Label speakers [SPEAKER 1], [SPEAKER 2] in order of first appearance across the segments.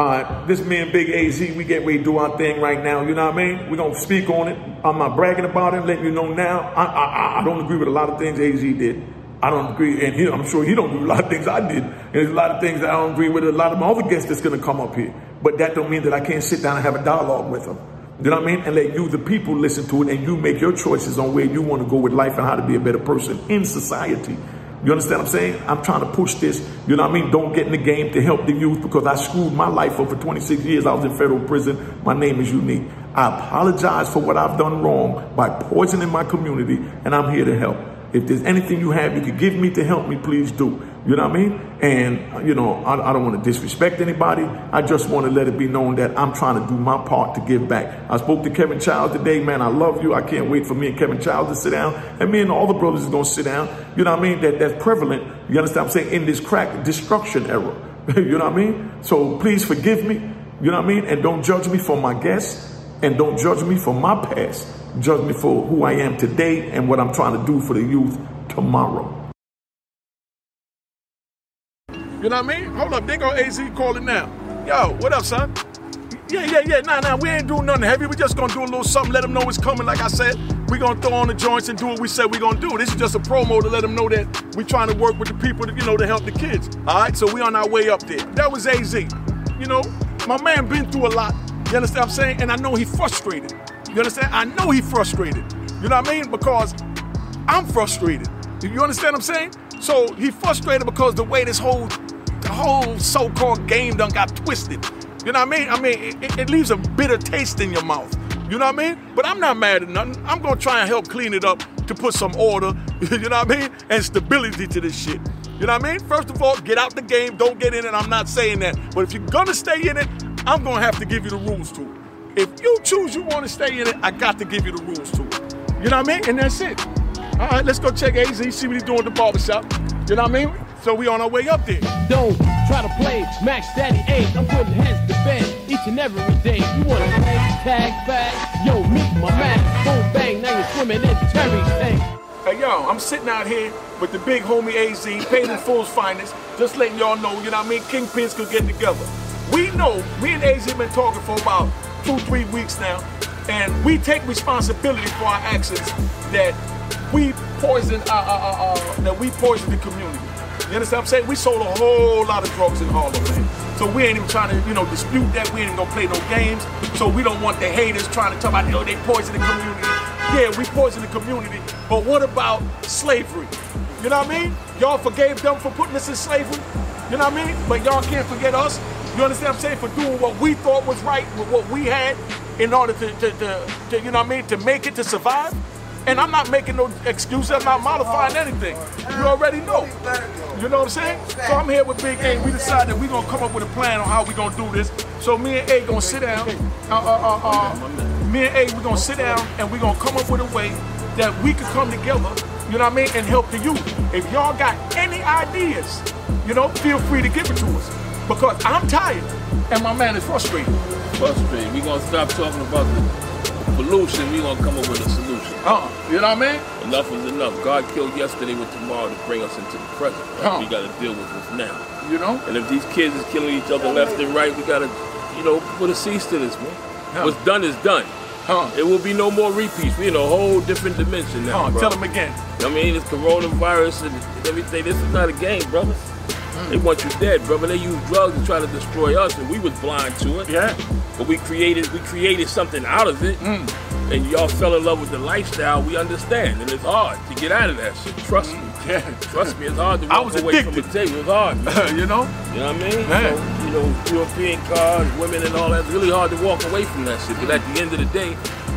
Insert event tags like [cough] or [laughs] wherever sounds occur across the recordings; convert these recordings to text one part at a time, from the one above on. [SPEAKER 1] Uh, This man, Big AZ, we get we do our thing right now. You know what I mean? We're gonna speak on it. I'm not bragging about it. Letting you know now, I I, I don't agree with a lot of things AZ did. I don't agree, and he, I'm sure he don't do a lot of things I did. And there's a lot of things that I don't agree with. A lot of my other guests that's gonna come up here, but that don't mean that I can't sit down and have a dialogue with them. You know what I mean? And let you, the people, listen to it, and you make your choices on where you want to go with life and how to be a better person in society. You understand what I'm saying? I'm trying to push this. You know what I mean? Don't get in the game to help the youth because I screwed my life up for 26 years. I was in federal prison. My name is unique. I apologize for what I've done wrong by poisoning my community, and I'm here to help. If there's anything you have you could give me to help me, please do. You know what I mean? And, you know, I, I don't want to disrespect anybody. I just want to let it be known that I'm trying to do my part to give back. I spoke to Kevin Childs today, man. I love you. I can't wait for me and Kevin Childs to sit down. And me and all the brothers is going to sit down. You know what I mean? That That's prevalent, you understand what I'm saying, in this crack destruction era. [laughs] you know what I mean? So please forgive me. You know what I mean? And don't judge me for my guests. And don't judge me for my past. Judge me for who I am today and what I'm trying to do for the youth tomorrow. You know what I mean? Hold up, they go AZ calling now. Yo, what up, son? Yeah, yeah, yeah. Nah, nah, we ain't doing nothing heavy. We just gonna do a little something, let them know it's coming. Like I said, we gonna throw on the joints and do what we said we gonna do. This is just a promo to let them know that we trying to work with the people, to, you know, to help the kids. All right, so we on our way up there. That was AZ. You know, my man been through a lot. You understand what I'm saying? And I know he frustrated. You understand? I know he frustrated. You know what I mean? Because I'm frustrated. You understand what I'm saying? So he frustrated because the way this whole the whole so-called game done got twisted. You know what I mean? I mean, it, it leaves a bitter taste in your mouth. You know what I mean? But I'm not mad at nothing. I'm gonna try and help clean it up to put some order, [laughs] you know what I mean, and stability to this shit. You know what I mean? First of all, get out the game, don't get in it. I'm not saying that. But if you're gonna stay in it, I'm gonna have to give you the rules to it. If you choose you wanna stay in it, I got to give you the rules to it. You know what I mean? And that's it. All right, let's go check AZ, see what he's doing at the barbershop. You know what I mean? So we on our way up there.
[SPEAKER 2] Don't try to play Max Daddy 8. I'm putting heads to bed each and every day. You wanna play tag back? Yo, meet my Max. Boom, bang, now you're swimming in Terry Tank.
[SPEAKER 1] Hey, yo, I'm sitting out here with the big homie AZ, paid in full's finest, just letting y'all know, you know what I mean? Kingpins could get together. We know, me and AZ been talking for about two, three weeks now, and we take responsibility for our actions that we poison uh, uh, uh, that we poison the community. You understand what I'm saying? We sold a whole lot of drugs in Harlem, man. So we ain't even trying to, you know, dispute that. We ain't even gonna play no games. So we don't want the haters trying to talk about, oh, they poison the community. Yeah, we poison the community. But what about slavery? You know what I mean? Y'all forgave them for putting us in slavery. You know what I mean? But y'all can't forget us. You understand what I'm saying? For doing what we thought was right with what we had in order to, to, to, to you know what I mean, to make it to survive. And I'm not making no excuse. I'm not modifying anything. You already know. You know what I'm saying? So I'm here with Big A. We decided we're gonna come up with a plan on how we gonna do this. So me and A gonna sit down. Uh, uh, uh, uh, me and A, we gonna sit down and we gonna come up with a way that we could come together. You know what I mean? And help the youth. If y'all got any ideas, you know, feel free to give it to us. Because I'm tired and my man is frustrated.
[SPEAKER 3] Frustrated. We gonna stop talking about the pollution. We gonna come up with a solution.
[SPEAKER 1] Uh, you know what I mean?
[SPEAKER 3] Enough is enough. God killed yesterday with tomorrow to bring us into the present. right?
[SPEAKER 1] Huh.
[SPEAKER 3] We got to deal with this now.
[SPEAKER 1] You know?
[SPEAKER 3] And if these kids is killing each other left and right, we got to, you know, put a cease to this, man.
[SPEAKER 1] Huh.
[SPEAKER 3] What's done is done.
[SPEAKER 1] Huh.
[SPEAKER 3] It will be no more repeats. We in a whole different dimension now,
[SPEAKER 1] Huh,
[SPEAKER 3] bro.
[SPEAKER 1] tell him again.
[SPEAKER 3] I mean, this coronavirus and everything. This is not a game, brother. They want you dead, brother. They use drugs to try to destroy us, and we was blind to it.
[SPEAKER 1] Yeah. [laughs]
[SPEAKER 3] But we created we created something out of it,
[SPEAKER 1] Mm.
[SPEAKER 3] and y'all fell in love with the lifestyle. We understand, and it's hard to get out of that shit. Trust me.
[SPEAKER 1] Mm. Yeah.
[SPEAKER 3] Trust me, it's hard to
[SPEAKER 1] I
[SPEAKER 3] walk
[SPEAKER 1] was
[SPEAKER 3] away from
[SPEAKER 1] addicted.
[SPEAKER 3] a table. It's hard, man.
[SPEAKER 1] you know?
[SPEAKER 3] You know what I mean?
[SPEAKER 1] Man.
[SPEAKER 3] So, you know, European cars, women, and all that—it's really hard to walk away from that shit. But at the end of the day,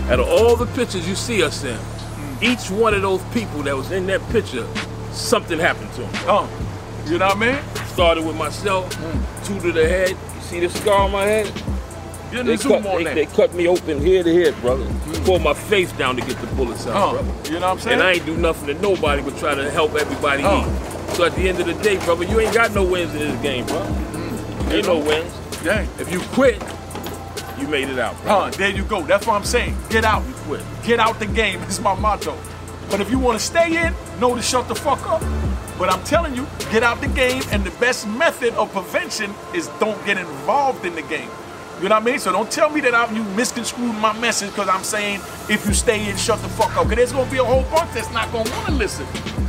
[SPEAKER 3] out of all the pictures you see us in,
[SPEAKER 1] Mm.
[SPEAKER 3] each one of those people that was in that picture, something happened to them.
[SPEAKER 1] Uh, you know what I mean?
[SPEAKER 3] Started with myself,
[SPEAKER 1] Mm.
[SPEAKER 3] two to the head. You see the scar on my head?
[SPEAKER 1] You
[SPEAKER 3] They
[SPEAKER 1] need
[SPEAKER 3] cut,
[SPEAKER 1] zoom
[SPEAKER 3] they,
[SPEAKER 1] on
[SPEAKER 3] they
[SPEAKER 1] that.
[SPEAKER 3] cut me open here to here, brother. Pulled my face down to get the bullets out,
[SPEAKER 1] Uh,
[SPEAKER 3] brother.
[SPEAKER 1] you know what I'm saying?
[SPEAKER 3] And I ain't do nothing to nobody but try to help everybody
[SPEAKER 1] Oh.
[SPEAKER 3] eat. So at the end of the day, brother, you ain't got no wins in this game, bro.
[SPEAKER 1] Mm.
[SPEAKER 3] Ain't no wins.
[SPEAKER 1] Yeah.
[SPEAKER 3] If you quit, you made it out, bro.
[SPEAKER 1] Huh, there you go. That's what I'm saying. Get out.
[SPEAKER 3] You quit.
[SPEAKER 1] Get out the game [laughs] is my motto. But if you want to stay in, know to shut the fuck up. But I'm telling you, get out the game, and the best method of prevention is don't get involved in the game. You know what I mean? So don't tell me that I'm, you misconstrued my message because I'm saying if you stay in, shut the fuck up. Because there's going to be a whole bunch that's not going to want to listen.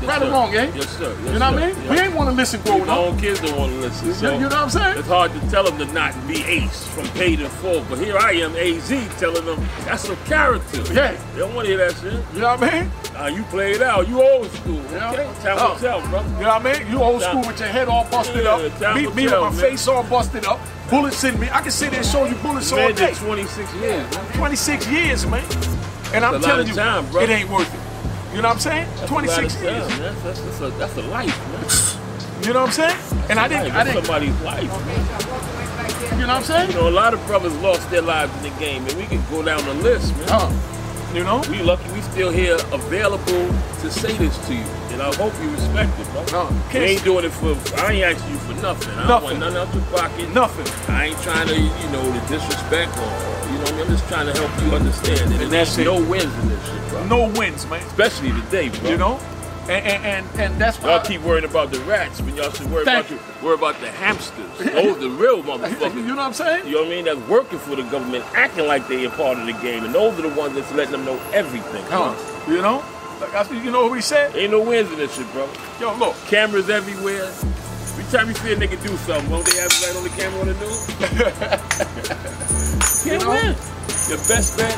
[SPEAKER 1] right
[SPEAKER 3] sir.
[SPEAKER 1] or wrong, eh?
[SPEAKER 3] Yes, sir. Yes,
[SPEAKER 1] you know what I
[SPEAKER 3] sir.
[SPEAKER 1] mean?
[SPEAKER 3] Yeah.
[SPEAKER 1] We ain't want to listen growing
[SPEAKER 3] My
[SPEAKER 1] up.
[SPEAKER 3] own kids don't want to listen.
[SPEAKER 1] You-
[SPEAKER 3] So
[SPEAKER 1] you know what I'm saying?
[SPEAKER 3] It's hard to tell them to not be ace from paid in full. But here I am, AZ, telling them that's some character.
[SPEAKER 1] Yeah.
[SPEAKER 3] They don't want to hear that shit.
[SPEAKER 1] You know what I mean?
[SPEAKER 3] Nah, you played out. You old school.
[SPEAKER 1] Yeah.
[SPEAKER 3] Okay? Time will
[SPEAKER 1] Oh.
[SPEAKER 3] tell, brother.
[SPEAKER 1] You know what I mean? You old
[SPEAKER 3] Nah.
[SPEAKER 1] school with your head all busted
[SPEAKER 3] Yeah,
[SPEAKER 1] up.
[SPEAKER 3] time
[SPEAKER 1] Me,
[SPEAKER 3] will
[SPEAKER 1] me with
[SPEAKER 3] tell,
[SPEAKER 1] my
[SPEAKER 3] man.
[SPEAKER 1] face all busted up. Bullets in me. I can sit there and show you bullets all
[SPEAKER 3] Man,
[SPEAKER 1] day.
[SPEAKER 3] did 26 years. man.
[SPEAKER 1] 26 years, man. And I'm
[SPEAKER 3] a lot
[SPEAKER 1] telling
[SPEAKER 3] of
[SPEAKER 1] you,
[SPEAKER 3] time, bro.
[SPEAKER 1] it ain't worth it. You know what I'm saying?
[SPEAKER 3] That's a lot of
[SPEAKER 1] 26
[SPEAKER 3] time,
[SPEAKER 1] years.
[SPEAKER 3] man. That's, that's, that's, a, that's a life, man.
[SPEAKER 1] You know what I'm saying? And I didn't,
[SPEAKER 3] Like,
[SPEAKER 1] I
[SPEAKER 3] that's
[SPEAKER 1] didn't.
[SPEAKER 3] somebody's life.
[SPEAKER 1] You know what I'm saying?
[SPEAKER 3] You know, a lot of brothers lost their lives in the game, and we can go down the list, man.
[SPEAKER 1] Uh, you know?
[SPEAKER 3] We lucky we still here available to say this to you. And I hope you respect it, bro.
[SPEAKER 1] No,
[SPEAKER 3] you
[SPEAKER 1] kiss.
[SPEAKER 3] ain't doing it for I ain't asking you for nothing. I don't want
[SPEAKER 1] Nothing.
[SPEAKER 3] Oh. nothing out your pocket.
[SPEAKER 1] Nothing.
[SPEAKER 3] I ain't trying to, you know, to disrespect or you know what I mean? I'm just trying to help you understand it. And
[SPEAKER 1] that's
[SPEAKER 3] there's
[SPEAKER 1] it.
[SPEAKER 3] no wins in this shit, bro.
[SPEAKER 1] No wins, man.
[SPEAKER 3] Especially today, bro.
[SPEAKER 1] You know? And and and, and that's why.
[SPEAKER 3] Y'all keep worrying about the rats, but y'all should worry
[SPEAKER 1] Thank
[SPEAKER 3] about you. worry about the hamsters. oh, the real
[SPEAKER 1] [laughs]
[SPEAKER 3] motherfuckers.
[SPEAKER 1] you know what I'm saying?
[SPEAKER 3] You know what I mean? That's working for the government, acting like they a part of the game, and those are the ones that's letting them know everything.
[SPEAKER 1] Huh. You know? Like I, you know what we said?
[SPEAKER 3] Ain't no wins in this shit, bro.
[SPEAKER 1] Yo, look.
[SPEAKER 3] Cameras everywhere. Every time you see a nigga do something, won't they have it right on the camera on the
[SPEAKER 1] [laughs]
[SPEAKER 3] news?
[SPEAKER 1] You
[SPEAKER 3] Can't
[SPEAKER 1] know?
[SPEAKER 3] win. Your best bet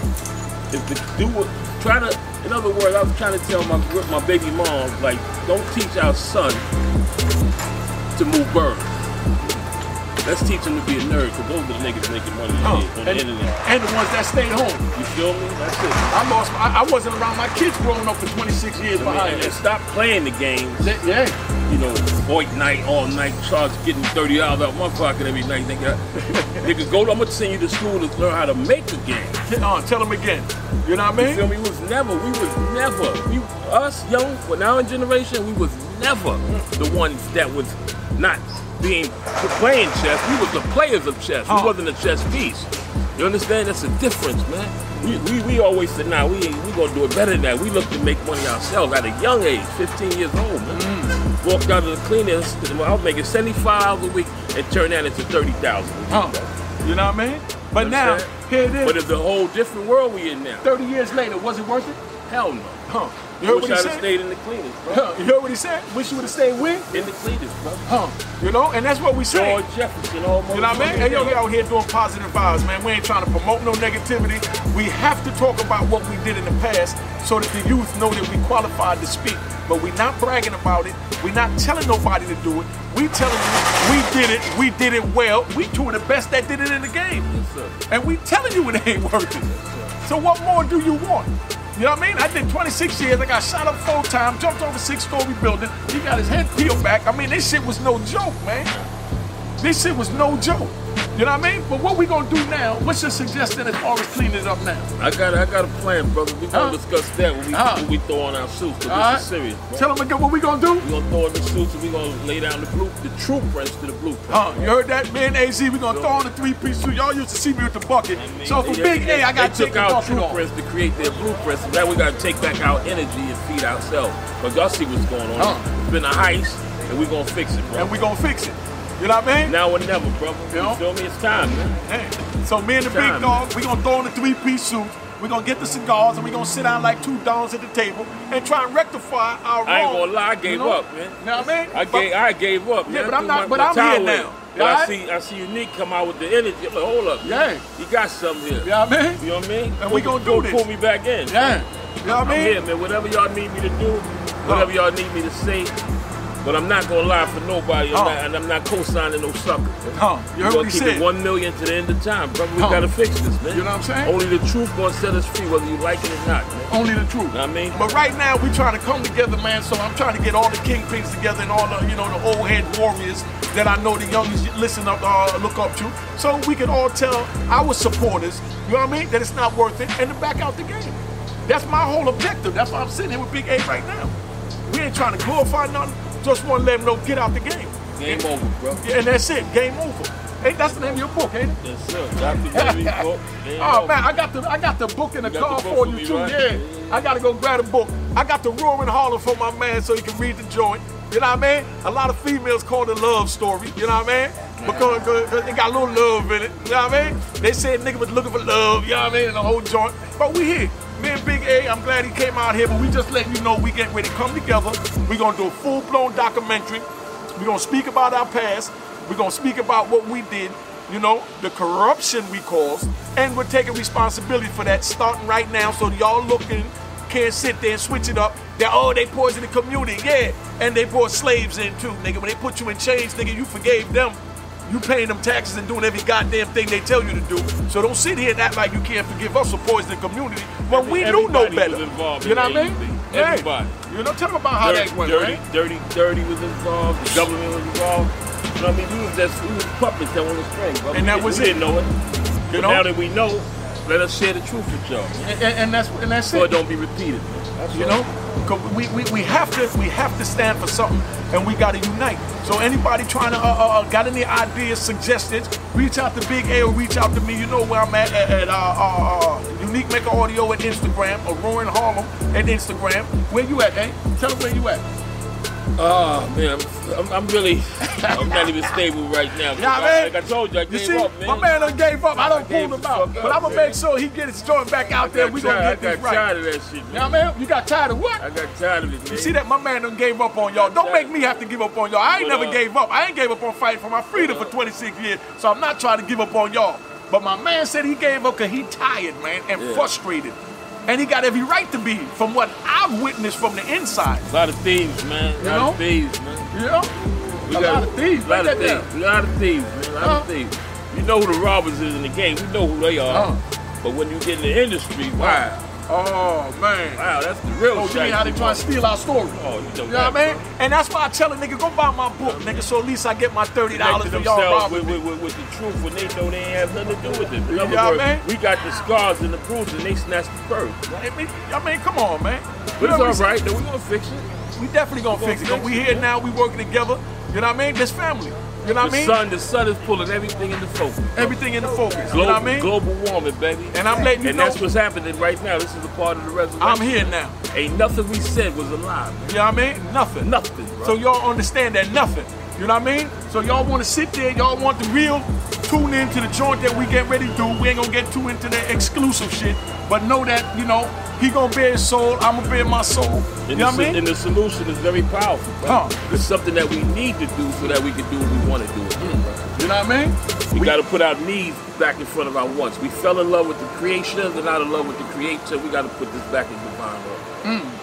[SPEAKER 3] is to do what. Try to. In other words, I was trying to tell my gr- my baby mom, like, don't teach our son to move birds. Let's teach him to be a nerd, because those are the niggas making money
[SPEAKER 1] Huh.
[SPEAKER 3] on the
[SPEAKER 1] Oh, And,
[SPEAKER 3] internet.
[SPEAKER 1] and the ones that stayed home.
[SPEAKER 3] You feel me? That's it.
[SPEAKER 1] I lost. My, I, I wasn't around my kids growing up for 26 years
[SPEAKER 3] I mean,
[SPEAKER 1] behind
[SPEAKER 3] and- and
[SPEAKER 1] this.
[SPEAKER 3] stop playing the games.
[SPEAKER 1] Yeah.
[SPEAKER 3] You know, void night, all night, charge getting thirty dollars out of my pocket every night. Nigga, [laughs] niggas go. I'm gonna send you to school to learn how to make a game.
[SPEAKER 1] Get on. Tell them again. You know what I
[SPEAKER 3] You
[SPEAKER 1] mean?
[SPEAKER 3] feel me? We was never. We was never. We us young for now in generation. We was never the ones that was not being playing chess. We was the players of chess.
[SPEAKER 1] Huh.
[SPEAKER 3] We wasn't a chess piece. You understand? That's the difference, man. We, we, we always said, nah, we ain't- we gonna do it better than that. We look to make money ourselves at a young age, 15 years old, man.
[SPEAKER 1] Mm.
[SPEAKER 3] Walked out of the cleaners, I was making 75 a week and turned that into 30,000.
[SPEAKER 1] Huh. You know what I mean? But now,
[SPEAKER 3] Understand?
[SPEAKER 1] here it is.
[SPEAKER 3] But it's a whole different world we in now.
[SPEAKER 1] 30 years later, was it worth it?
[SPEAKER 3] Hell no.
[SPEAKER 1] Huh. You
[SPEAKER 3] I
[SPEAKER 1] heard
[SPEAKER 3] wish
[SPEAKER 1] what
[SPEAKER 3] I'd
[SPEAKER 1] he
[SPEAKER 3] have
[SPEAKER 1] said?
[SPEAKER 3] stayed in the cleaners, bro.
[SPEAKER 1] Huh. You heard what he said? Wish you would have stayed with?
[SPEAKER 3] in the cleaners, bro.
[SPEAKER 1] Huh. You know? And that's what we say.
[SPEAKER 3] George Jefferson almost.
[SPEAKER 1] You know what I mean? Hey, yo, we out here doing positive vibes, man. We ain't trying to promote no negativity. We have to talk about what we did in the past so that the youth know that we qualified to speak. But we're not bragging about it. We're not telling nobody to do it. We telling you we did it. We did it well. We two of the best that did it in the game. And we telling you it ain't [laughs] worth it. So what more do you want? You know what I mean? I did 26 years. I got shot up full time, jumped over six-story building. He got his head peeled back. I mean, this shit was no joke, man. This shit was no joke. You know what I mean? But what we gonna do now? What's your suggestion as far as cleaning it up now?
[SPEAKER 3] I got, I got a plan, brother. We
[SPEAKER 1] Huh?
[SPEAKER 3] gonna discuss that when we,
[SPEAKER 1] Huh?
[SPEAKER 3] when we throw on our suits. 'cause
[SPEAKER 1] Alright.
[SPEAKER 3] this is serious. Bro.
[SPEAKER 1] Tell them again what we gonna do.
[SPEAKER 3] we gonna throw on the suits and we gonna lay down the blue, the blueprints to the blueprint.
[SPEAKER 1] Huh, Uh, you heard that? Man, AZ, we gonna throw on the three-piece suit. Y'all used to see me with the bucket.
[SPEAKER 3] I mean,
[SPEAKER 1] So for
[SPEAKER 3] they-
[SPEAKER 1] Big A, I gotta
[SPEAKER 3] they
[SPEAKER 1] take
[SPEAKER 3] took
[SPEAKER 1] the
[SPEAKER 3] out
[SPEAKER 1] bucket
[SPEAKER 3] true
[SPEAKER 1] off.
[SPEAKER 3] to create their blueprints. and Now we gotta take back our energy and feed ourselves. Cause y'all see what's going on.
[SPEAKER 1] Huh.
[SPEAKER 3] It's been a heist, and we gonna fix it, bro.
[SPEAKER 1] And we gonna fix it. You know what I mean?
[SPEAKER 3] now or never, brother.
[SPEAKER 1] Yeah.
[SPEAKER 3] You feel me? It's time, man.
[SPEAKER 1] Hey, so me and the
[SPEAKER 3] Time.
[SPEAKER 1] big dog, we gonna throw on the three-piece suit. we gonna get the cigars and we gonna sit down like two dogs at the table and try and rectify our
[SPEAKER 3] I ain't
[SPEAKER 1] wrong.
[SPEAKER 3] gonna lie, I
[SPEAKER 1] You
[SPEAKER 3] gave
[SPEAKER 1] know?
[SPEAKER 3] up, man.
[SPEAKER 1] You know what I mean?
[SPEAKER 3] I
[SPEAKER 1] But-
[SPEAKER 3] gave, I gave up.
[SPEAKER 1] Yeah,
[SPEAKER 3] man.
[SPEAKER 1] but I'm
[SPEAKER 3] Threw
[SPEAKER 1] not-
[SPEAKER 3] my-
[SPEAKER 1] but
[SPEAKER 3] my
[SPEAKER 1] I'm here
[SPEAKER 3] towel in.
[SPEAKER 1] now.
[SPEAKER 3] But I
[SPEAKER 1] Alright?
[SPEAKER 3] see, I see Unique come out with the energy. I'm like, hold up,
[SPEAKER 1] Yeah.
[SPEAKER 3] he got something here.
[SPEAKER 1] You know what I mean?
[SPEAKER 3] You know what I mean?
[SPEAKER 1] And we gonna
[SPEAKER 3] Go
[SPEAKER 1] do this.
[SPEAKER 3] Pull me back in.
[SPEAKER 1] Yeah. You know what
[SPEAKER 3] I'm
[SPEAKER 1] I mean?
[SPEAKER 3] here, man. Whatever y'all need me to do, whatever y'all need me to say, but I'm not gonna lie for nobody, I'm
[SPEAKER 1] Huh.
[SPEAKER 3] not, and I'm not co-signing no sucker.
[SPEAKER 1] Huh, you heard
[SPEAKER 3] We're gonna
[SPEAKER 1] what he
[SPEAKER 3] keep
[SPEAKER 1] said.
[SPEAKER 3] it one million to the end of time, brother. We
[SPEAKER 1] Huh.
[SPEAKER 3] gotta fix this, man.
[SPEAKER 1] You know what I'm saying?
[SPEAKER 3] Only the truth gonna set us free, whether you like it or not, man.
[SPEAKER 1] Only the truth.
[SPEAKER 3] You know what I mean?
[SPEAKER 1] But right now we trying to come together, man. So I'm trying to get all the kingpins together and all the you know the old head warriors that I know the youngest listen up, uh, look up to, so we can all tell our supporters, you know what I mean, that it's not worth it, and to back out the game. That's my whole objective. That's why I'm sitting here with Big A right now. We ain't trying to glorify nothing. Just want to let them know get out the game.
[SPEAKER 3] Game over, bro.
[SPEAKER 1] Yeah, and that's it. Game over. Hey, that's the name of your book, ain't it?
[SPEAKER 3] Yes, sir.
[SPEAKER 1] [laughs]
[SPEAKER 3] Dr. Jimmy, bro. Game
[SPEAKER 1] Oh
[SPEAKER 3] over.
[SPEAKER 1] man, I got the I got the book in the
[SPEAKER 3] You got
[SPEAKER 1] car
[SPEAKER 3] the book
[SPEAKER 1] for
[SPEAKER 3] for me,
[SPEAKER 1] you too.
[SPEAKER 3] right?
[SPEAKER 1] Yeah, I gotta go grab a book. I got the roaring holler for my man so he can read the joint. You know what I mean? A lot of females call it a love story. You know what I mean? Because 'cause- 'cause they got a little love in it. You know what I mean? They said nigga was looking for love. You know what I mean? And the whole joint. But we here. Me and Big A, I'm glad he came out here, but we just letting you know we get ready to come together. we gonna do a full-blown documentary. We're gonna speak about our past. We're gonna speak about what we did, you know, the corruption we caused, and we're taking responsibility for that starting right now. So y'all looking can't sit there and switch it up. That oh they poisoned the community, yeah, and they brought slaves in too, nigga. When they put you in chains, nigga, you forgave them. You paying them taxes and doing every goddamn thing they tell you to do. So don't sit here and act like you can't forgive us for poisoning the community when we knew no
[SPEAKER 3] Everybody
[SPEAKER 1] better.
[SPEAKER 3] was involved
[SPEAKER 1] you know
[SPEAKER 3] in
[SPEAKER 1] what I mean?
[SPEAKER 3] anything.
[SPEAKER 1] Yeah.
[SPEAKER 3] Everybody.
[SPEAKER 1] You know, tell them about how
[SPEAKER 3] dirty,
[SPEAKER 1] that went,
[SPEAKER 3] dirty,
[SPEAKER 1] right?
[SPEAKER 3] dirty, dirty was involved. The government was involved. You know what I mean? We was just we was puppets that on the string. But
[SPEAKER 1] And
[SPEAKER 3] we
[SPEAKER 1] that
[SPEAKER 3] didn't-
[SPEAKER 1] was
[SPEAKER 3] we
[SPEAKER 1] it.
[SPEAKER 3] Didn't know it.
[SPEAKER 1] You
[SPEAKER 3] But
[SPEAKER 1] know?
[SPEAKER 3] now that we know, let us share the truth with y'all,
[SPEAKER 1] And, and- and that's and that's
[SPEAKER 3] so
[SPEAKER 1] it.
[SPEAKER 3] it don't be repeated. That's
[SPEAKER 1] You know, 'Cause we, we, we have to we have to stand for something, and we got to unite. So anybody trying to uh, uh, uh, got any ideas, suggestions, reach out to Big A or reach out to me. You know where I'm at at, at uh, uh, uh, Unique Maker Audio at Instagram or Roaring Harlem at Instagram. Where you at, eh? Tell them where you at.
[SPEAKER 3] Oh man, I'm, I'm really, I'm not even stable right now.
[SPEAKER 1] Yeah, man.
[SPEAKER 3] Like I told you, I
[SPEAKER 1] You
[SPEAKER 3] gave
[SPEAKER 1] see,
[SPEAKER 3] up, man.
[SPEAKER 1] my man done gave up. I don't
[SPEAKER 3] gave
[SPEAKER 1] pull him
[SPEAKER 3] the
[SPEAKER 1] out,
[SPEAKER 3] fuck up,
[SPEAKER 1] but I'm gonna
[SPEAKER 3] man.
[SPEAKER 1] make sure he gets his joint back
[SPEAKER 3] I
[SPEAKER 1] out there.
[SPEAKER 3] got
[SPEAKER 1] We gonna
[SPEAKER 3] tired-
[SPEAKER 1] get this
[SPEAKER 3] I got
[SPEAKER 1] right.
[SPEAKER 3] tired of that shit, man.
[SPEAKER 1] Now, man, you got tired of what?
[SPEAKER 3] I got tired of it, man.
[SPEAKER 1] You see that my man done gave up on y'all. Don't make me have to give up on y'all. I ain't
[SPEAKER 3] But,
[SPEAKER 1] never
[SPEAKER 3] uh,
[SPEAKER 1] gave up. I ain't gave up on fighting for my freedom for 26 years. So I'm not trying to give up on y'all. But my man said he gave up because he tired, man, and
[SPEAKER 3] Yeah.
[SPEAKER 1] frustrated. And he got every right to be, from what I've witnessed from the inside.
[SPEAKER 3] A lot of thieves, man. A
[SPEAKER 1] You
[SPEAKER 3] lot
[SPEAKER 1] know?
[SPEAKER 3] of thieves, man.
[SPEAKER 1] You know?
[SPEAKER 3] We
[SPEAKER 1] a
[SPEAKER 3] got-
[SPEAKER 1] lot of thieves.
[SPEAKER 3] A lot
[SPEAKER 1] Write
[SPEAKER 3] of
[SPEAKER 1] that down.
[SPEAKER 3] thieves. A lot of thieves, man. A lot
[SPEAKER 1] Uh-huh.
[SPEAKER 3] of thieves. You know who the robbers is in the game. We know who they are.
[SPEAKER 1] Uh-huh.
[SPEAKER 3] But when you get in the industry, wow,
[SPEAKER 1] Oh, man.
[SPEAKER 3] wow, that's the real
[SPEAKER 1] Oh, you
[SPEAKER 3] shit.
[SPEAKER 1] mean how they trying to steal our story?
[SPEAKER 3] Oh, you know,
[SPEAKER 1] You know what I mean? And that's why I tell a nigga, go buy my book, nigga, so at least I get my $30
[SPEAKER 3] Connected
[SPEAKER 1] for y'all
[SPEAKER 3] themselves
[SPEAKER 1] robbing.
[SPEAKER 3] with, with, with, with the truth when they know they ain't have nothing to do with it. In other
[SPEAKER 1] know what I
[SPEAKER 3] words,
[SPEAKER 1] mean?
[SPEAKER 3] we got the scars and the bruises, and they snatched the purse.
[SPEAKER 1] I mean, I mean, come on, man.
[SPEAKER 3] But it's
[SPEAKER 1] You know,
[SPEAKER 3] all right. Then we gonna fix it.
[SPEAKER 1] We definitely gonna fix it.
[SPEAKER 3] fix
[SPEAKER 1] we
[SPEAKER 3] it,
[SPEAKER 1] here
[SPEAKER 3] yeah.
[SPEAKER 1] now, we working together. You know what I mean? This family. You know
[SPEAKER 3] The
[SPEAKER 1] what I mean?
[SPEAKER 3] sun, the sun is pulling everything into focus.
[SPEAKER 1] Everything in the focus. you
[SPEAKER 3] Global,
[SPEAKER 1] know what I mean?
[SPEAKER 3] global warming, baby.
[SPEAKER 1] And I'm letting you
[SPEAKER 3] and
[SPEAKER 1] know
[SPEAKER 3] that's what's happening right now. This is a part of the resurrection.
[SPEAKER 1] I'm here now.
[SPEAKER 3] Ain't nothing we said was a lie. man.
[SPEAKER 1] You know what I mean? Nothing.
[SPEAKER 3] Nothing. Bro.
[SPEAKER 1] So y'all understand that nothing. You know what I mean? So y'all want to sit there, y'all want the real tune in to the joint that we get ready to do. We ain't gonna get too into that exclusive shit, but know that you know he gonna bear his soul, I'm gonna bear my soul. you know
[SPEAKER 3] and, the,
[SPEAKER 1] what I
[SPEAKER 3] so-
[SPEAKER 1] mean?
[SPEAKER 3] and the solution is very powerful. bro.
[SPEAKER 1] Huh.
[SPEAKER 3] It's something that we need to do so that we can do what we want to do.
[SPEAKER 1] you know what I mean?
[SPEAKER 3] We, got to put our needs back in front of our wants. We fell in love with the creation and out of love with the creator. We got to put this back in divine order.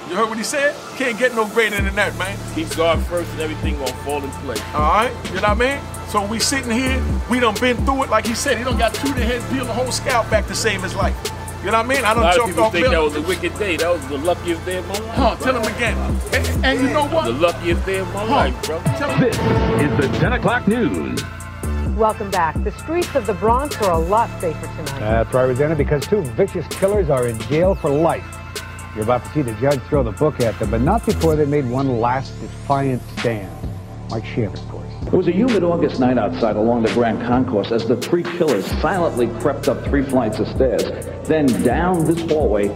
[SPEAKER 1] You heard what he said? Can't get no greater than that, man.
[SPEAKER 3] Keep God first, and everything gonna fall in place.
[SPEAKER 1] All right, you know what I mean? So we sitting here, we done been through it. Like he said, he done got two to head, peeled the whole scalp back to save his life. You know what I mean? I
[SPEAKER 3] A
[SPEAKER 1] done
[SPEAKER 3] lot of
[SPEAKER 1] jumped
[SPEAKER 3] people
[SPEAKER 1] off
[SPEAKER 3] think that was
[SPEAKER 1] buildings.
[SPEAKER 3] a wicked day. That was the luckiest day of my life.
[SPEAKER 1] Huh,
[SPEAKER 3] bro.
[SPEAKER 1] tell him again. And, and you know
[SPEAKER 3] The
[SPEAKER 1] what?
[SPEAKER 3] luckiest day of my life, bro.
[SPEAKER 1] Tell him
[SPEAKER 2] This is the 10 o'clock news.
[SPEAKER 4] Welcome back. The streets of the Bronx are a lot safer tonight.
[SPEAKER 5] That's right, Rosanna, Uh, because two vicious killers are in jail for life. You're about to see the judge throw the book at them, but not before they made one last defiant stand. Mike Shannon, of course.
[SPEAKER 6] It was a humid August night outside along the Grand Concourse as the three killers silently crept up three flights of stairs, then down this hallway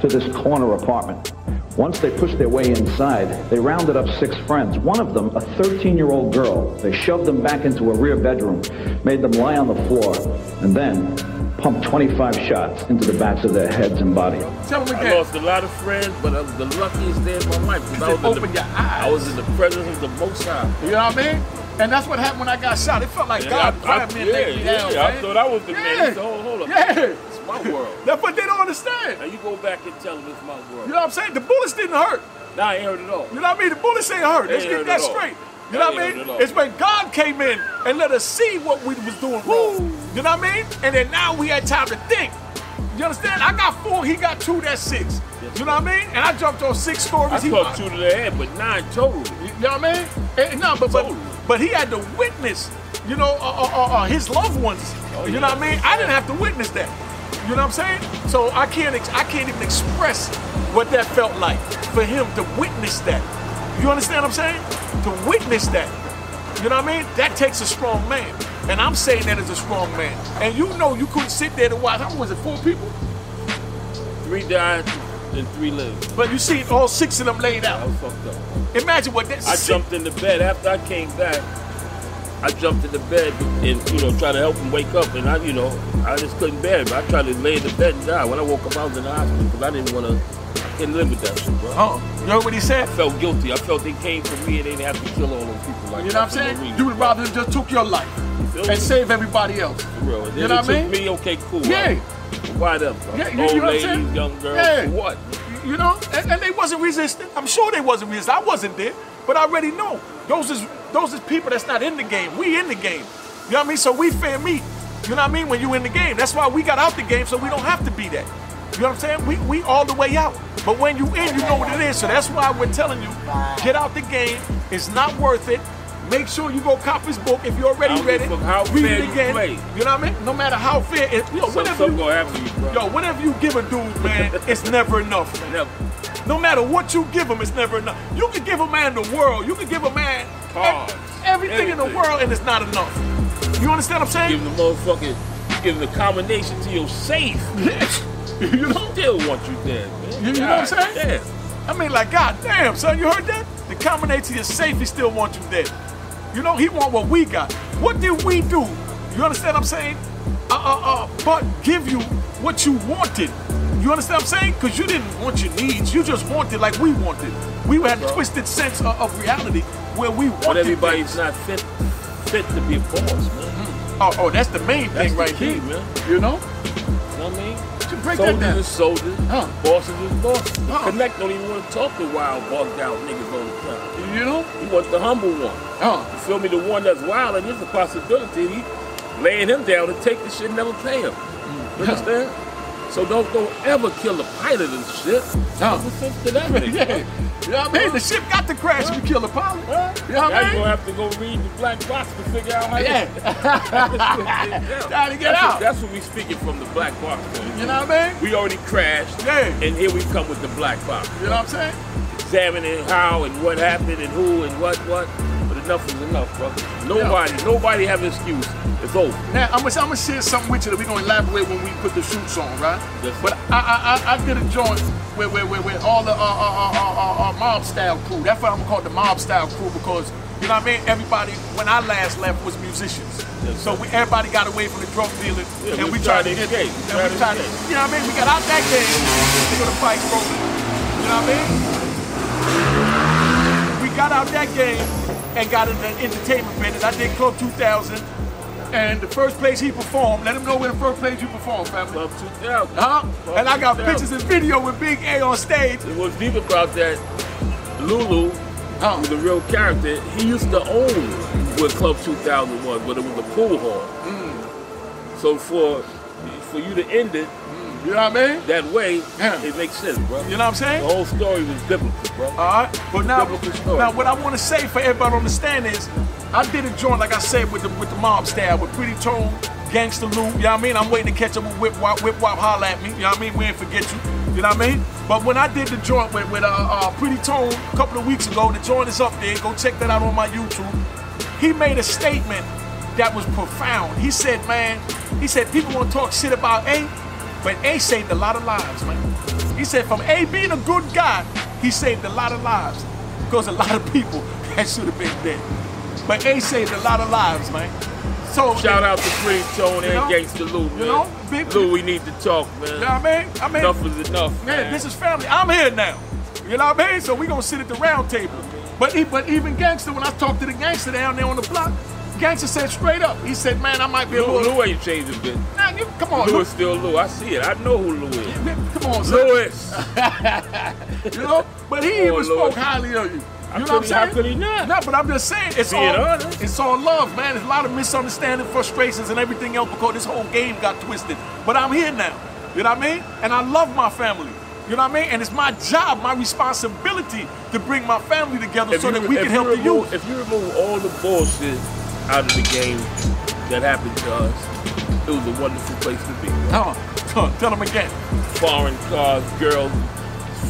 [SPEAKER 6] to this corner apartment. Once they pushed their way inside, they rounded up six friends, one of them a 13-year-old girl. They shoved them back into a rear bedroom, made them lie on the floor, and then pumped 25 shots into the backs of their heads and bodies.
[SPEAKER 1] tell him
[SPEAKER 3] I
[SPEAKER 1] again.
[SPEAKER 3] lost a lot of friends, but that was the luckiest day of my life. 'cause I was, in
[SPEAKER 1] Open
[SPEAKER 3] the,
[SPEAKER 1] your eyes.
[SPEAKER 3] I was in the presence of the Most High.
[SPEAKER 1] You know what I mean? And that's what happened when I got shot. It felt like
[SPEAKER 3] Yeah,
[SPEAKER 1] God
[SPEAKER 3] I- I-
[SPEAKER 1] grabbed me and
[SPEAKER 3] yeah,
[SPEAKER 1] laid me down.
[SPEAKER 3] yeah, I
[SPEAKER 1] man.
[SPEAKER 3] thought I was the man.
[SPEAKER 1] Yeah.
[SPEAKER 3] So, hold up.
[SPEAKER 1] Yeah.
[SPEAKER 3] It's my world.
[SPEAKER 1] That's what they don't understand.
[SPEAKER 3] Now you go back and tell them it's my world.
[SPEAKER 1] You know what I'm saying? The bullets didn't hurt.
[SPEAKER 3] Nah, I ain't heard it all.
[SPEAKER 1] You know what I mean? The bullets ain't hurt. Let's
[SPEAKER 3] They
[SPEAKER 1] get
[SPEAKER 3] ain't hurt
[SPEAKER 1] that
[SPEAKER 3] at all.
[SPEAKER 1] straight. You
[SPEAKER 3] They
[SPEAKER 1] know what
[SPEAKER 3] ain't
[SPEAKER 1] I
[SPEAKER 3] hurt
[SPEAKER 1] mean?
[SPEAKER 3] at all.
[SPEAKER 1] It's when God came in and let us see what we was doing wrong. You know what I mean? And then now we had time to think. You understand? I got four, he got two, that's six.
[SPEAKER 3] Yes,
[SPEAKER 1] You know what I mean? And I jumped on six stories.
[SPEAKER 3] I
[SPEAKER 1] he
[SPEAKER 3] thought two to the head, but nine total.
[SPEAKER 1] You know what I mean? And, no, but, but
[SPEAKER 3] Totally.
[SPEAKER 1] but he had to witness, you know, uh, uh, uh, uh, his loved ones. you know what I mean? I didn't have to witness that. You know what I'm saying? So I can't ex- I can't even express what that felt like for him to witness that. You understand what I'm saying? To witness that. You know what I mean? That takes a strong man. And I'm saying that as a strong man. And you know you couldn't sit there to watch. How was it? Four people?
[SPEAKER 3] Three died, and three limbs.
[SPEAKER 1] But you see all six of them laid
[SPEAKER 3] I
[SPEAKER 1] out.
[SPEAKER 3] was fucked up.
[SPEAKER 1] Imagine what that.
[SPEAKER 3] I
[SPEAKER 1] six-
[SPEAKER 3] jumped in the bed after I came back. I jumped in the bed and you know tried to help him wake up, and I you know I just couldn't bear it. I tried to lay in the bed and die. When I woke up, I was in the hospital because I didn't want to. I couldn't live with that shit, bro.
[SPEAKER 1] Huh? Uh-uh. You heard what he said?
[SPEAKER 3] I felt guilty. I felt they came for me and they didn't have to kill all those people like
[SPEAKER 1] You know what I'm
[SPEAKER 3] that for no
[SPEAKER 1] saying?
[SPEAKER 3] reason.
[SPEAKER 1] You would rather just took your life
[SPEAKER 3] feel me?
[SPEAKER 1] and save everybody else.
[SPEAKER 3] For real. And then
[SPEAKER 1] You know
[SPEAKER 3] it
[SPEAKER 1] what I mean?
[SPEAKER 3] took me, okay, cool.
[SPEAKER 1] Yeah.
[SPEAKER 3] Like, why them? bro?
[SPEAKER 1] Yeah, you- you
[SPEAKER 3] Old
[SPEAKER 1] know what I'm
[SPEAKER 3] ladies,
[SPEAKER 1] saying?
[SPEAKER 3] young girls,
[SPEAKER 1] Yeah.
[SPEAKER 3] for what?
[SPEAKER 1] You know, and, and they wasn't resisting. I'm sure they wasn't resisting. I wasn't there, but I already know those is those is people that's not in the game. We in the game. You know what I mean? So we fair meat. You know what I mean? When you in the game, that's why we got out the game, so we don't have to be that. You know what I'm saying? We we all the way out. But when you in, you know what it is. So that's why we're telling you, get out the game. It's not worth it. Make sure you go cop his book if you
[SPEAKER 3] I
[SPEAKER 1] already
[SPEAKER 3] don't
[SPEAKER 1] read it.
[SPEAKER 3] give a fuck how
[SPEAKER 1] read
[SPEAKER 3] fair
[SPEAKER 1] it
[SPEAKER 3] you
[SPEAKER 1] again.
[SPEAKER 3] play.
[SPEAKER 1] You know what I mean? No matter how fair, it, you know,
[SPEAKER 3] Some,
[SPEAKER 1] whatever
[SPEAKER 3] some
[SPEAKER 1] you
[SPEAKER 3] go after you, bro.
[SPEAKER 1] Yo, whatever you give a dude, man, it's never enough. man.
[SPEAKER 3] Never.
[SPEAKER 1] No matter what you give him, it's never enough. You can give a man the world, you can give a man ev-
[SPEAKER 3] Cars,
[SPEAKER 1] everything in the
[SPEAKER 3] anything.
[SPEAKER 1] world, and it's not enough. You understand what I'm
[SPEAKER 3] Give
[SPEAKER 1] saying?
[SPEAKER 3] them the motherfucking, give them the combination to
[SPEAKER 1] [laughs]
[SPEAKER 3] your safe. you don't still want you dead, man.
[SPEAKER 1] You- you know what I'm
[SPEAKER 3] God
[SPEAKER 1] saying?
[SPEAKER 3] damn.
[SPEAKER 1] I mean, like, God damn, son, you heard that? The combination is safe, he still wants you dead. You know, he want what we got. What did we do? You understand what I'm saying? Uh, uh, uh, but give you what you wanted. You understand what I'm saying? Because you didn't want your needs. You just wanted like we wanted. We had a twisted sense of, of reality where we wanted
[SPEAKER 3] But everybody's
[SPEAKER 1] things.
[SPEAKER 3] not fit, fit to be a boss, man.
[SPEAKER 1] Oh, oh, that's the main
[SPEAKER 3] That's
[SPEAKER 1] thing
[SPEAKER 3] the
[SPEAKER 1] right
[SPEAKER 3] key,
[SPEAKER 1] here.
[SPEAKER 3] man.
[SPEAKER 1] You know?
[SPEAKER 3] You know what I mean?
[SPEAKER 1] To break that
[SPEAKER 3] Soldiers
[SPEAKER 1] down.
[SPEAKER 3] is soldiers,
[SPEAKER 1] Huh.
[SPEAKER 3] bosses is bosses. The
[SPEAKER 1] Huh.
[SPEAKER 3] Connect don't even want to talk to wild, bogged down niggas all the time.
[SPEAKER 1] You know?
[SPEAKER 3] He wants the humble one.
[SPEAKER 1] Uh,
[SPEAKER 3] [laughs] You feel me? The one that's wild and there's a possibility he laying him down to take the shit and never pay him.
[SPEAKER 1] Hmm.
[SPEAKER 3] You understand? So don't don't ever kill the pilot and shit.
[SPEAKER 1] Huh.
[SPEAKER 3] It's a fifth to that nigga.
[SPEAKER 1] [laughs] yeah. You know what I mean? The ship got to crash if you kill the pilot. You know what
[SPEAKER 3] Now
[SPEAKER 1] I
[SPEAKER 3] you
[SPEAKER 1] mean?
[SPEAKER 3] gonna have to go read the black box to figure out [laughs] how
[SPEAKER 1] Yeah. [laughs] Try to get
[SPEAKER 3] that's
[SPEAKER 1] out.
[SPEAKER 3] What, that's what we speaking from the black box. point of view.
[SPEAKER 1] You know what I mean?
[SPEAKER 3] We already crashed,
[SPEAKER 1] Yeah.
[SPEAKER 3] and here we come with the black box,
[SPEAKER 1] You know what I'm saying?
[SPEAKER 3] examining how and what happened and who and what what. But enough is enough, brother. Nobody, nobody have an excuse. It's over.
[SPEAKER 1] Now I'm gonna I'm gonna share something with you that we're gonna elaborate when we put the shoots on, right?
[SPEAKER 3] Yes, sir.
[SPEAKER 1] But I I, I I did a joint with with, with, with all the uh, uh, uh, uh, uh, uh, mob style crew. That's why I'm gonna call it the mob style crew because you know what I mean. Everybody when I last left was musicians,
[SPEAKER 3] Yes,
[SPEAKER 1] so
[SPEAKER 3] sir.
[SPEAKER 1] we everybody got away from the drug dealing
[SPEAKER 3] Yeah,
[SPEAKER 1] and we
[SPEAKER 3] we
[SPEAKER 1] tried to
[SPEAKER 3] tried to
[SPEAKER 1] get
[SPEAKER 3] escape. We
[SPEAKER 1] and
[SPEAKER 3] tried to
[SPEAKER 1] we tried to,
[SPEAKER 3] escape.
[SPEAKER 1] you know what I mean. We got out that game until the fight broke. You know what I mean? we got out that game and got in the entertainment business. I did Club 2000, and the first place he performed, let him know where the first place you performed, family.
[SPEAKER 3] Club 2000.
[SPEAKER 1] Huh?
[SPEAKER 3] Club
[SPEAKER 1] And I got
[SPEAKER 3] 2000.
[SPEAKER 1] pictures and video with Big A on stage.
[SPEAKER 3] And what's deep about that, Lulu,
[SPEAKER 1] Huh.
[SPEAKER 3] who's the real character, he used to own what Club 2000 was, but it was a pool hall. So for for you to end it
[SPEAKER 1] Hmm. You know what I mean?
[SPEAKER 3] that way,
[SPEAKER 1] Yeah.
[SPEAKER 3] it makes sense, bro.
[SPEAKER 1] You know what Uh, I'm
[SPEAKER 3] The
[SPEAKER 1] saying?
[SPEAKER 3] whole story was biblical, bro.
[SPEAKER 1] All right. But now,
[SPEAKER 3] Biblical story.
[SPEAKER 1] now what I want to say for everybody to understand is, I did a joint like I said with the with the mob style with Pretty Tone, Gangsta Lou. You know what I mean? I'm waiting to catch up with Whip Wop. Whip Wop holla at me. You know what I mean? We ain't forget you. You know what I mean? But when I did the joint with with uh, uh, Pretty Tone a couple of weeks ago, the joint is up there. Go check that out on my YouTube. He made a statement that was profound. He said, "Man, he said people want to talk shit about A." But A saved a lot of lives, man. He said from A being a good guy, he saved a lot of lives. Because a lot of people [laughs] that should have been dead. But A saved a lot of lives, man. So
[SPEAKER 3] Shout out to Pretty Tone
[SPEAKER 1] You know?
[SPEAKER 3] and Gangsta Lou, man.
[SPEAKER 1] know, big-
[SPEAKER 3] Lou, we need to talk, man.
[SPEAKER 1] You know what I mean? I mean,
[SPEAKER 3] Enough is enough,
[SPEAKER 1] man,
[SPEAKER 3] man.
[SPEAKER 1] this is family. I'm here now. You know what I mean? So we gonna sit at the round table. But e- but even gangster, when I talked to the gangster down there on the block, gangster said straight up, he said, man, I might be a
[SPEAKER 3] Lou,
[SPEAKER 1] little.
[SPEAKER 3] Lou ain't changing, bitch.
[SPEAKER 1] Nah, you, come on,
[SPEAKER 3] Lou
[SPEAKER 1] Lou.
[SPEAKER 3] is still Lou. I see it. I know who Lou is.
[SPEAKER 1] Come on, son. Uh,
[SPEAKER 3] Louis.
[SPEAKER 1] You know, but he even
[SPEAKER 3] Lord,
[SPEAKER 1] spoke
[SPEAKER 3] Lord.
[SPEAKER 1] highly of you. You know
[SPEAKER 3] could
[SPEAKER 1] what I'm
[SPEAKER 3] he-
[SPEAKER 1] saying?
[SPEAKER 3] how could he not?
[SPEAKER 1] No, but I'm just saying it's
[SPEAKER 3] Being
[SPEAKER 1] all
[SPEAKER 3] honest.
[SPEAKER 1] it's all love, man. There's a lot of misunderstanding, frustrations, and everything else because this whole game got twisted. But I'm here now. You know what I mean? And I love my family. You know what I mean? And it's my job, my responsibility to bring my family together so that
[SPEAKER 3] re-
[SPEAKER 1] we can help the youth.
[SPEAKER 3] remove, If you remove all the bullshit out of the game that happened to us, it was a wonderful place to be.
[SPEAKER 1] Huh. Huh. Tell them again.
[SPEAKER 3] Foreign cars, girls,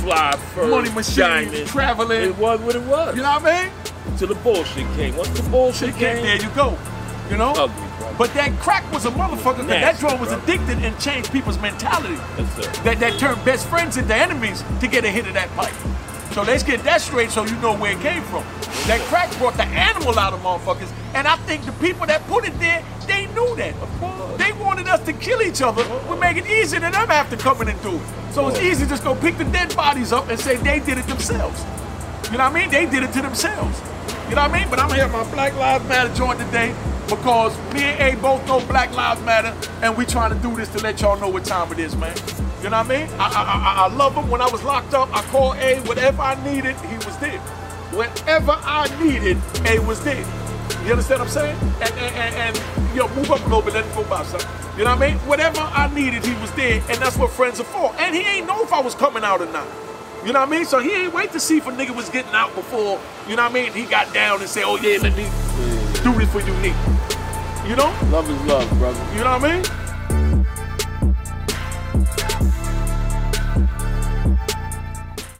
[SPEAKER 3] fly fur,
[SPEAKER 1] Money machines,
[SPEAKER 3] diamonds.
[SPEAKER 1] traveling.
[SPEAKER 3] It was what it was.
[SPEAKER 1] You know what I mean?
[SPEAKER 3] Till the bullshit came. Once the bullshit
[SPEAKER 1] Again,
[SPEAKER 3] came,
[SPEAKER 1] there you go. You know?
[SPEAKER 3] ugly, brother.
[SPEAKER 1] But that crack was a motherfucker, 'cause that
[SPEAKER 3] Nasty,
[SPEAKER 1] drug was
[SPEAKER 3] bro.
[SPEAKER 1] addicted and changed people's mentality.
[SPEAKER 3] Yes, sir.
[SPEAKER 1] That, that turned best friends into enemies to get a hit of that pipe. So let's get that straight so you know where it came from. That crack brought the animal out of motherfuckers, and I think the people that put it there, they knew that. Of
[SPEAKER 3] course.
[SPEAKER 1] They wanted us to kill each other. We make it easier than them have to come in and do it. So it's easy to just go pick the dead bodies up and say they did it themselves. You know what I mean? They did it to themselves. You know what I mean? But I'm here at my Black Lives Matter joint today because me and A both know Black Lives Matter, and we trying to do this to let y'all know what time it is, man. You know what I mean? I, I, I, I love him. When I was locked up, I called A. Whatever I needed, he was there. Whatever I needed, A was there. You understand what I'm saying? And, and, and, and you know, move up a little bit, let it go by, son. You know what I mean? Whatever I needed, he was there, and that's what friends are for. And he ain't know if I was coming out or not. You know what I mean? So he ain't wait to see if a nigga was getting out before, you know what I mean? He got down and said, oh yeah, let me do this for you, nigga. You know?
[SPEAKER 3] Love is love, brother.
[SPEAKER 1] You know what I mean?